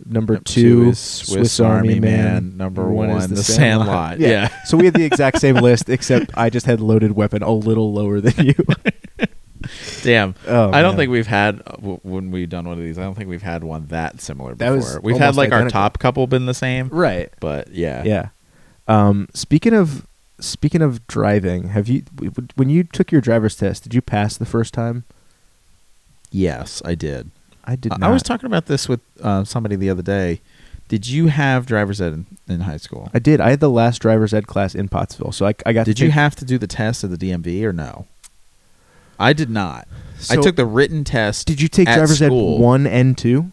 [SPEAKER 1] Number
[SPEAKER 2] Number
[SPEAKER 1] two,
[SPEAKER 2] is Swiss, Army, Man. Number one,
[SPEAKER 1] is
[SPEAKER 2] The Sandlot.
[SPEAKER 1] Yeah.
[SPEAKER 2] yeah.
[SPEAKER 1] so we had the exact same list, except I just had Loaded Weapon a little lower than
[SPEAKER 2] (laughs)
[SPEAKER 1] you. (laughs)
[SPEAKER 2] Damn.
[SPEAKER 1] Oh,
[SPEAKER 2] I don't
[SPEAKER 1] man.
[SPEAKER 2] think we've had w- when we've done one of these. I don't think we've had one that similar
[SPEAKER 1] That
[SPEAKER 2] before.
[SPEAKER 1] was
[SPEAKER 2] we've had
[SPEAKER 1] almost
[SPEAKER 2] like
[SPEAKER 1] identical.
[SPEAKER 2] our top couple been the same,
[SPEAKER 1] right.
[SPEAKER 2] but yeah,
[SPEAKER 1] Yeah. Um, speaking of speaking of driving, have you w- when you took your driver's test, did you pass the first time?
[SPEAKER 2] yes, I did.
[SPEAKER 1] I did.
[SPEAKER 2] I-
[SPEAKER 1] not.
[SPEAKER 2] I was talking about this with uh, somebody the other day. Did you have driver's ed in, in high school?
[SPEAKER 1] I did. I had the last driver's ed class in Pottsville, so I, I got.
[SPEAKER 2] did
[SPEAKER 1] to
[SPEAKER 2] you
[SPEAKER 1] take-
[SPEAKER 2] have to do the test at the DMV or no? I did not. I
[SPEAKER 1] So-
[SPEAKER 2] took the written test.
[SPEAKER 1] Did you take
[SPEAKER 2] at
[SPEAKER 1] driver's
[SPEAKER 2] school.
[SPEAKER 1] ed one and two?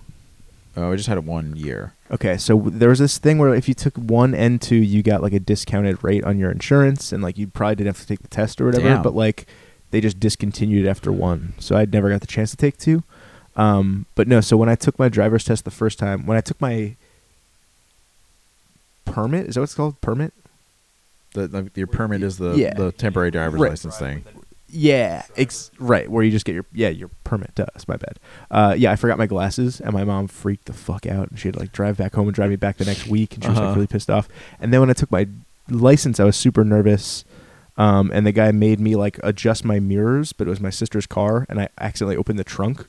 [SPEAKER 2] Oh, I just had it one year.
[SPEAKER 1] Okay, so w- there was this thing where if you took one and two, you got like a discounted rate on your insurance, and like you probably didn't have to take the test or whatever.
[SPEAKER 2] Damn.
[SPEAKER 1] But like, they just discontinued after one, so I never got the chance to take two. Um, but no, so when I took my driver's test the first time, when I took my permit, is that what it's called? Permit?
[SPEAKER 2] The, the your permit is the
[SPEAKER 1] Yeah.
[SPEAKER 2] the temporary driver's
[SPEAKER 1] Right.
[SPEAKER 2] license thing.
[SPEAKER 1] Yeah, ex- right. Where you just get your yeah your permit to us. My bad. Uh, yeah, I forgot my glasses, and my mom freaked the fuck out. She had to like drive back home and drive me back the next week, and she was
[SPEAKER 2] Uh-huh.
[SPEAKER 1] like really pissed off. And then when I took my license, I was super nervous. Um, and the guy made me like adjust my mirrors, but it was my sister's car, and I accidentally opened the trunk.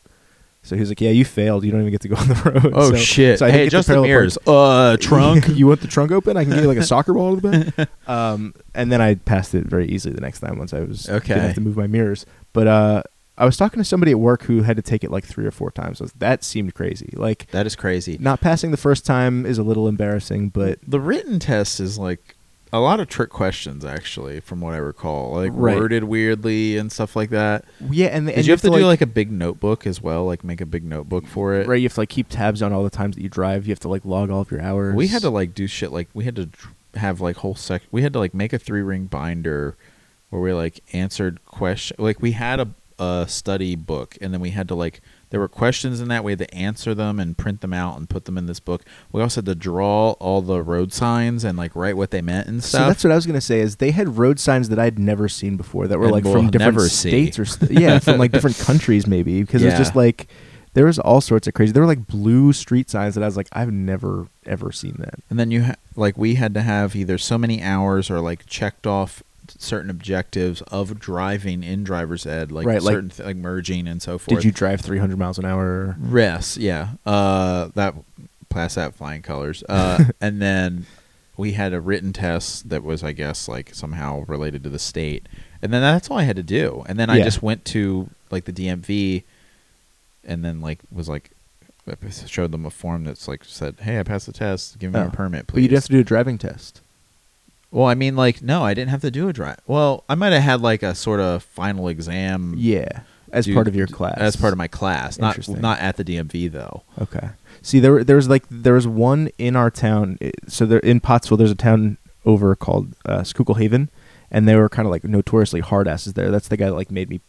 [SPEAKER 1] So he was like, "Yeah, you failed. You don't even get to go on the (laughs) road."
[SPEAKER 2] Oh
[SPEAKER 1] so,
[SPEAKER 2] shit!
[SPEAKER 1] So I
[SPEAKER 2] hey,
[SPEAKER 1] didn't get
[SPEAKER 2] just
[SPEAKER 1] the
[SPEAKER 2] the
[SPEAKER 1] parallel park-
[SPEAKER 2] mirrors.
[SPEAKER 1] (laughs)
[SPEAKER 2] Uh, trunk.
[SPEAKER 1] you want the trunk open? I can get you like
[SPEAKER 2] (laughs)
[SPEAKER 1] a soccer ball to the back. Um, and then I passed it very easily the next time once I was
[SPEAKER 2] Okay.
[SPEAKER 1] Didn't have to move my mirrors, but uh, I was talking to somebody at work who had to take it like three or four times. I was- That seemed crazy. Like
[SPEAKER 2] that is crazy.
[SPEAKER 1] not passing the first time is a little embarrassing, but
[SPEAKER 2] the written test is like a lot of trick questions, actually, from what I recall, like
[SPEAKER 1] Right.
[SPEAKER 2] worded weirdly and stuff like that.
[SPEAKER 1] yeah, and, the,
[SPEAKER 2] Did
[SPEAKER 1] and
[SPEAKER 2] you have to, do like, a big notebook as well? Like make a big notebook for it.
[SPEAKER 1] right. You have to like keep tabs on all the times that you drive. You have to like log all of your hours.
[SPEAKER 2] We had to like do shit like we had to dr- have like whole sec. We had to like make a three ring binder where we like answered question. Like we had a a study book, and then we had to like there were questions in that. We had to answer them and print them out and put them in this book. We also had to draw all the road signs and like write what they meant and
[SPEAKER 1] So
[SPEAKER 2] stuff.
[SPEAKER 1] that's what I was gonna say. Is they had road signs that I'd never seen before that were
[SPEAKER 2] And
[SPEAKER 1] like
[SPEAKER 2] we'll
[SPEAKER 1] from different
[SPEAKER 2] never see.
[SPEAKER 1] states or st- yeah, from like
[SPEAKER 2] (laughs)
[SPEAKER 1] different countries maybe because it's
[SPEAKER 2] Yeah.
[SPEAKER 1] just like there was all sorts of crazy. There were like blue street signs that I was like, I've never ever seen that.
[SPEAKER 2] And then you ha- like we had to have either so many hours or like checked off certain objectives of driving in driver's ed, like
[SPEAKER 1] Right, like-
[SPEAKER 2] certain th- like merging and so forth.
[SPEAKER 1] Did you drive 300 miles an hour?
[SPEAKER 2] Yes, yeah. Uh, that pass that flying colors.
[SPEAKER 1] (laughs)
[SPEAKER 2] Uh, and then we had a written test that was, I guess, like somehow related to the state. And then that's all I had to do. And then I
[SPEAKER 1] Yeah.
[SPEAKER 2] just went to like the DMV, and then like was like showed them a form that's like said, "Hey, I passed the test. Give me
[SPEAKER 1] Oh.
[SPEAKER 2] a permit, please."
[SPEAKER 1] But you'd have to do a driving test.
[SPEAKER 2] Well, I mean, like, no, I didn't have to do a drive. Well, I might have had like a sort of final exam.
[SPEAKER 1] Yeah, as
[SPEAKER 2] due-
[SPEAKER 1] part of your class.
[SPEAKER 2] As part of my class, not
[SPEAKER 1] Interesting.
[SPEAKER 2] not at the DMV though.
[SPEAKER 1] Okay. See, there were- there was like there was one in our town. i- So there in Pottsville, there's a town over called uh, Schuylkill Haven, and they were kind of like notoriously hard asses there. That's the guy that like made me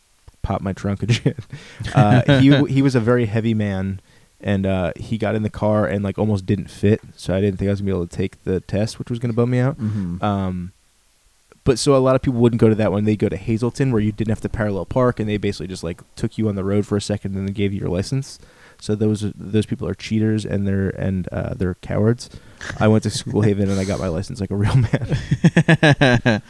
[SPEAKER 1] pop my trunk and (laughs) shit. Uh, he w- he was a very heavy man, and uh, he got in the car and like almost didn't fit. So I didn't think I was gonna be able to take the test, which was gonna bum me out.
[SPEAKER 2] Mm-hmm.
[SPEAKER 1] Um, but so a lot of people wouldn't go to that one. They go to Hazleton, where you didn't have to parallel park, and they basically just like took you on the road for a second, and then gave you your license. So those those people are cheaters and they're and uh, they're cowards. I went to School Haven and I got my license like a real (laughs) man.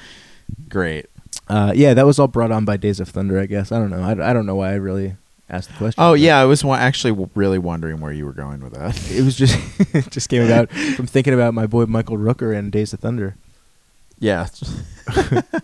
[SPEAKER 2] Great.
[SPEAKER 1] Uh, yeah, that was all brought on by Days of Thunder, I guess. I don't know. I, I don't know why I really asked the question.
[SPEAKER 2] Oh
[SPEAKER 1] but
[SPEAKER 2] yeah, I was wa- actually w- really wondering where you were going with that.
[SPEAKER 1] it was just (laughs) it just came about from thinking about my boy Michael Rooker and Days of Thunder.
[SPEAKER 2] (laughs) yeah.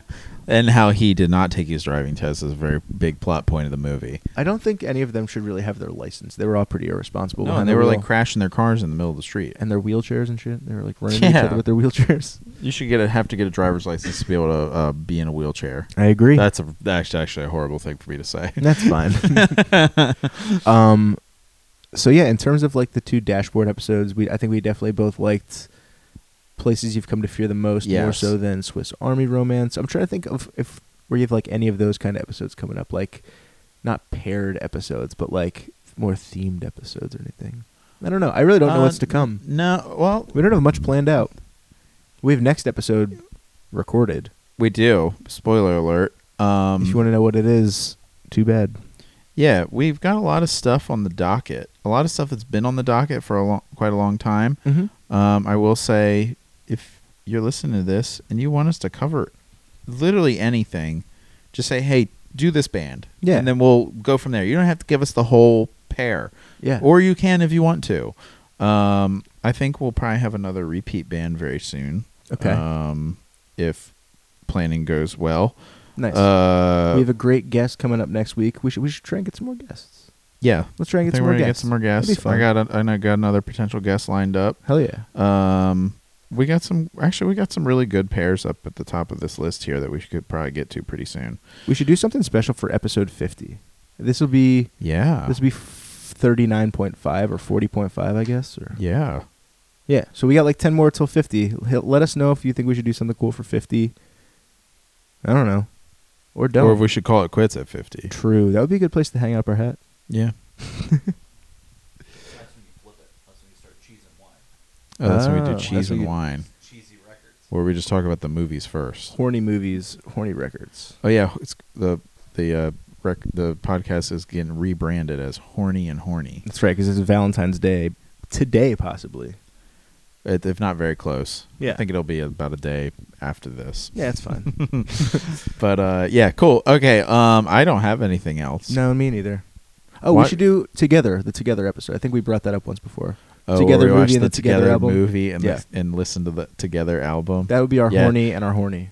[SPEAKER 2] (laughs) and how he did not take his driving test is a very big plot point of the movie.
[SPEAKER 1] I don't think any of them should really have their license. They were all pretty irresponsible.
[SPEAKER 2] no,
[SPEAKER 1] behind
[SPEAKER 2] and they
[SPEAKER 1] the
[SPEAKER 2] were
[SPEAKER 1] wheel.
[SPEAKER 2] like crashing their cars in the middle of the street.
[SPEAKER 1] and their wheelchairs and shit. They were like running each
[SPEAKER 2] Yeah.
[SPEAKER 1] other with their
[SPEAKER 2] (laughs)
[SPEAKER 1] wheelchairs.
[SPEAKER 2] You should get a, have to get a driver's license to be able to uh, be in a wheelchair.
[SPEAKER 1] I agree. (laughs) That's,
[SPEAKER 2] That's a that's actually a horrible thing for me to say. (laughs)
[SPEAKER 1] fine. um, so yeah, in terms of like the two dashboard episodes, we I think we definitely both liked places you've come to fear the most more
[SPEAKER 2] Yes.
[SPEAKER 1] so than Swiss Army Romance. I'm trying to think of if where you have like any of those kind of episodes coming up, like not paired episodes, but like more themed episodes or anything. I don't know. I really don't know
[SPEAKER 2] Uh,
[SPEAKER 1] what's to come.
[SPEAKER 2] No, well,
[SPEAKER 1] We don't have much planned out. We have next episode recorded.
[SPEAKER 2] we do. Spoiler alert. Um,
[SPEAKER 1] if you want to know what it is, too bad.
[SPEAKER 2] yeah, we've got a lot of stuff on the docket. A lot of stuff that's been on the docket for a long, quite a long time.
[SPEAKER 1] Mm-hmm.
[SPEAKER 2] Um, I will say, if you're listening to this and you want us to cover literally anything, just say, "Hey, do this band,"
[SPEAKER 1] Yeah.
[SPEAKER 2] and then we'll go from there. You don't have to give us the whole pair.
[SPEAKER 1] Yeah.
[SPEAKER 2] or you can if you want to. Um, I think we'll probably have another repeat band very soon.
[SPEAKER 1] Okay.
[SPEAKER 2] Um, if planning goes well.
[SPEAKER 1] nice.
[SPEAKER 2] Uh,
[SPEAKER 1] we have a great guest coming up next week. We should we should try and get some more guests.
[SPEAKER 2] yeah.
[SPEAKER 1] Let's try and get
[SPEAKER 2] I think
[SPEAKER 1] some
[SPEAKER 2] we're
[SPEAKER 1] more
[SPEAKER 2] gonna
[SPEAKER 1] guests.
[SPEAKER 2] get some more
[SPEAKER 1] That'd
[SPEAKER 2] guests.
[SPEAKER 1] be
[SPEAKER 2] I
[SPEAKER 1] fun.
[SPEAKER 2] got a, I know- got another potential guest lined up.
[SPEAKER 1] Hell yeah.
[SPEAKER 2] Um, we got some actually we got some really good pairs up at the top of this list here that we could probably get to pretty soon.
[SPEAKER 1] We should do something special for episode 50. This will be
[SPEAKER 2] Yeah.
[SPEAKER 1] this will be 39.5 or 40.5, I guess, or
[SPEAKER 2] yeah.
[SPEAKER 1] Yeah, so we got like 10 more till 50. H- Let us know if you think we should do something cool for 50. I don't know. Or don't.
[SPEAKER 2] Or if we should call it quits at 50.
[SPEAKER 1] True. That would be a good place to hang up our hat.
[SPEAKER 2] Yeah.
[SPEAKER 3] That's when you flip it. That's when you start cheese and wine.
[SPEAKER 2] Oh, that's when we
[SPEAKER 1] Oh,
[SPEAKER 2] do
[SPEAKER 1] that's
[SPEAKER 2] cheese
[SPEAKER 1] when
[SPEAKER 2] and
[SPEAKER 1] you-
[SPEAKER 2] wine,
[SPEAKER 3] Cheesy records.
[SPEAKER 2] where we just talk about the movies first.
[SPEAKER 1] Horny movies, horny records.
[SPEAKER 2] Oh yeah, it's the the uh, rec- the podcast is getting rebranded as Horny and Horny,
[SPEAKER 1] That's right, because it's Valentine's Day today, possibly.
[SPEAKER 2] It- if not very close.
[SPEAKER 1] Yeah.
[SPEAKER 2] I think it'll be about a day after this.
[SPEAKER 1] Yeah, it's (laughs) fine.
[SPEAKER 2] But uh, yeah, cool. Okay, um, I don't have anything else.
[SPEAKER 1] no, me neither. Oh,
[SPEAKER 2] Why-
[SPEAKER 1] we should do together the together episode. I think we brought that up once before.
[SPEAKER 2] Oh,
[SPEAKER 1] Together
[SPEAKER 2] where we
[SPEAKER 1] movie
[SPEAKER 2] watch
[SPEAKER 1] and the Together album.
[SPEAKER 2] movie and
[SPEAKER 1] Yeah.
[SPEAKER 2] the, and listen to the Together album.
[SPEAKER 1] That would be our
[SPEAKER 2] Yeah.
[SPEAKER 1] horny and our (laughs) horny.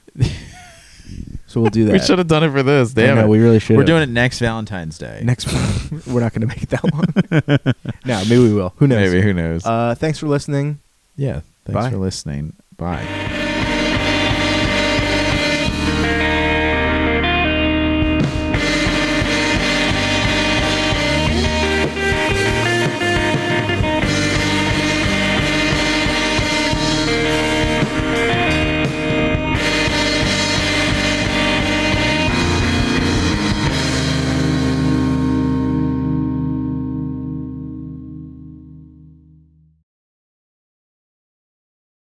[SPEAKER 1] so we'll do that.
[SPEAKER 2] we should have done it for this. Damn
[SPEAKER 1] I know,
[SPEAKER 2] it.
[SPEAKER 1] we really should.
[SPEAKER 2] We're doing it next Valentine's Day.
[SPEAKER 1] next. (laughs) we're not going to make it that long. (laughs) no, maybe we will. Who knows?
[SPEAKER 2] Maybe who knows?
[SPEAKER 1] Uh, thanks for listening.
[SPEAKER 2] yeah. Thanks
[SPEAKER 1] bye.
[SPEAKER 2] for listening. Bye.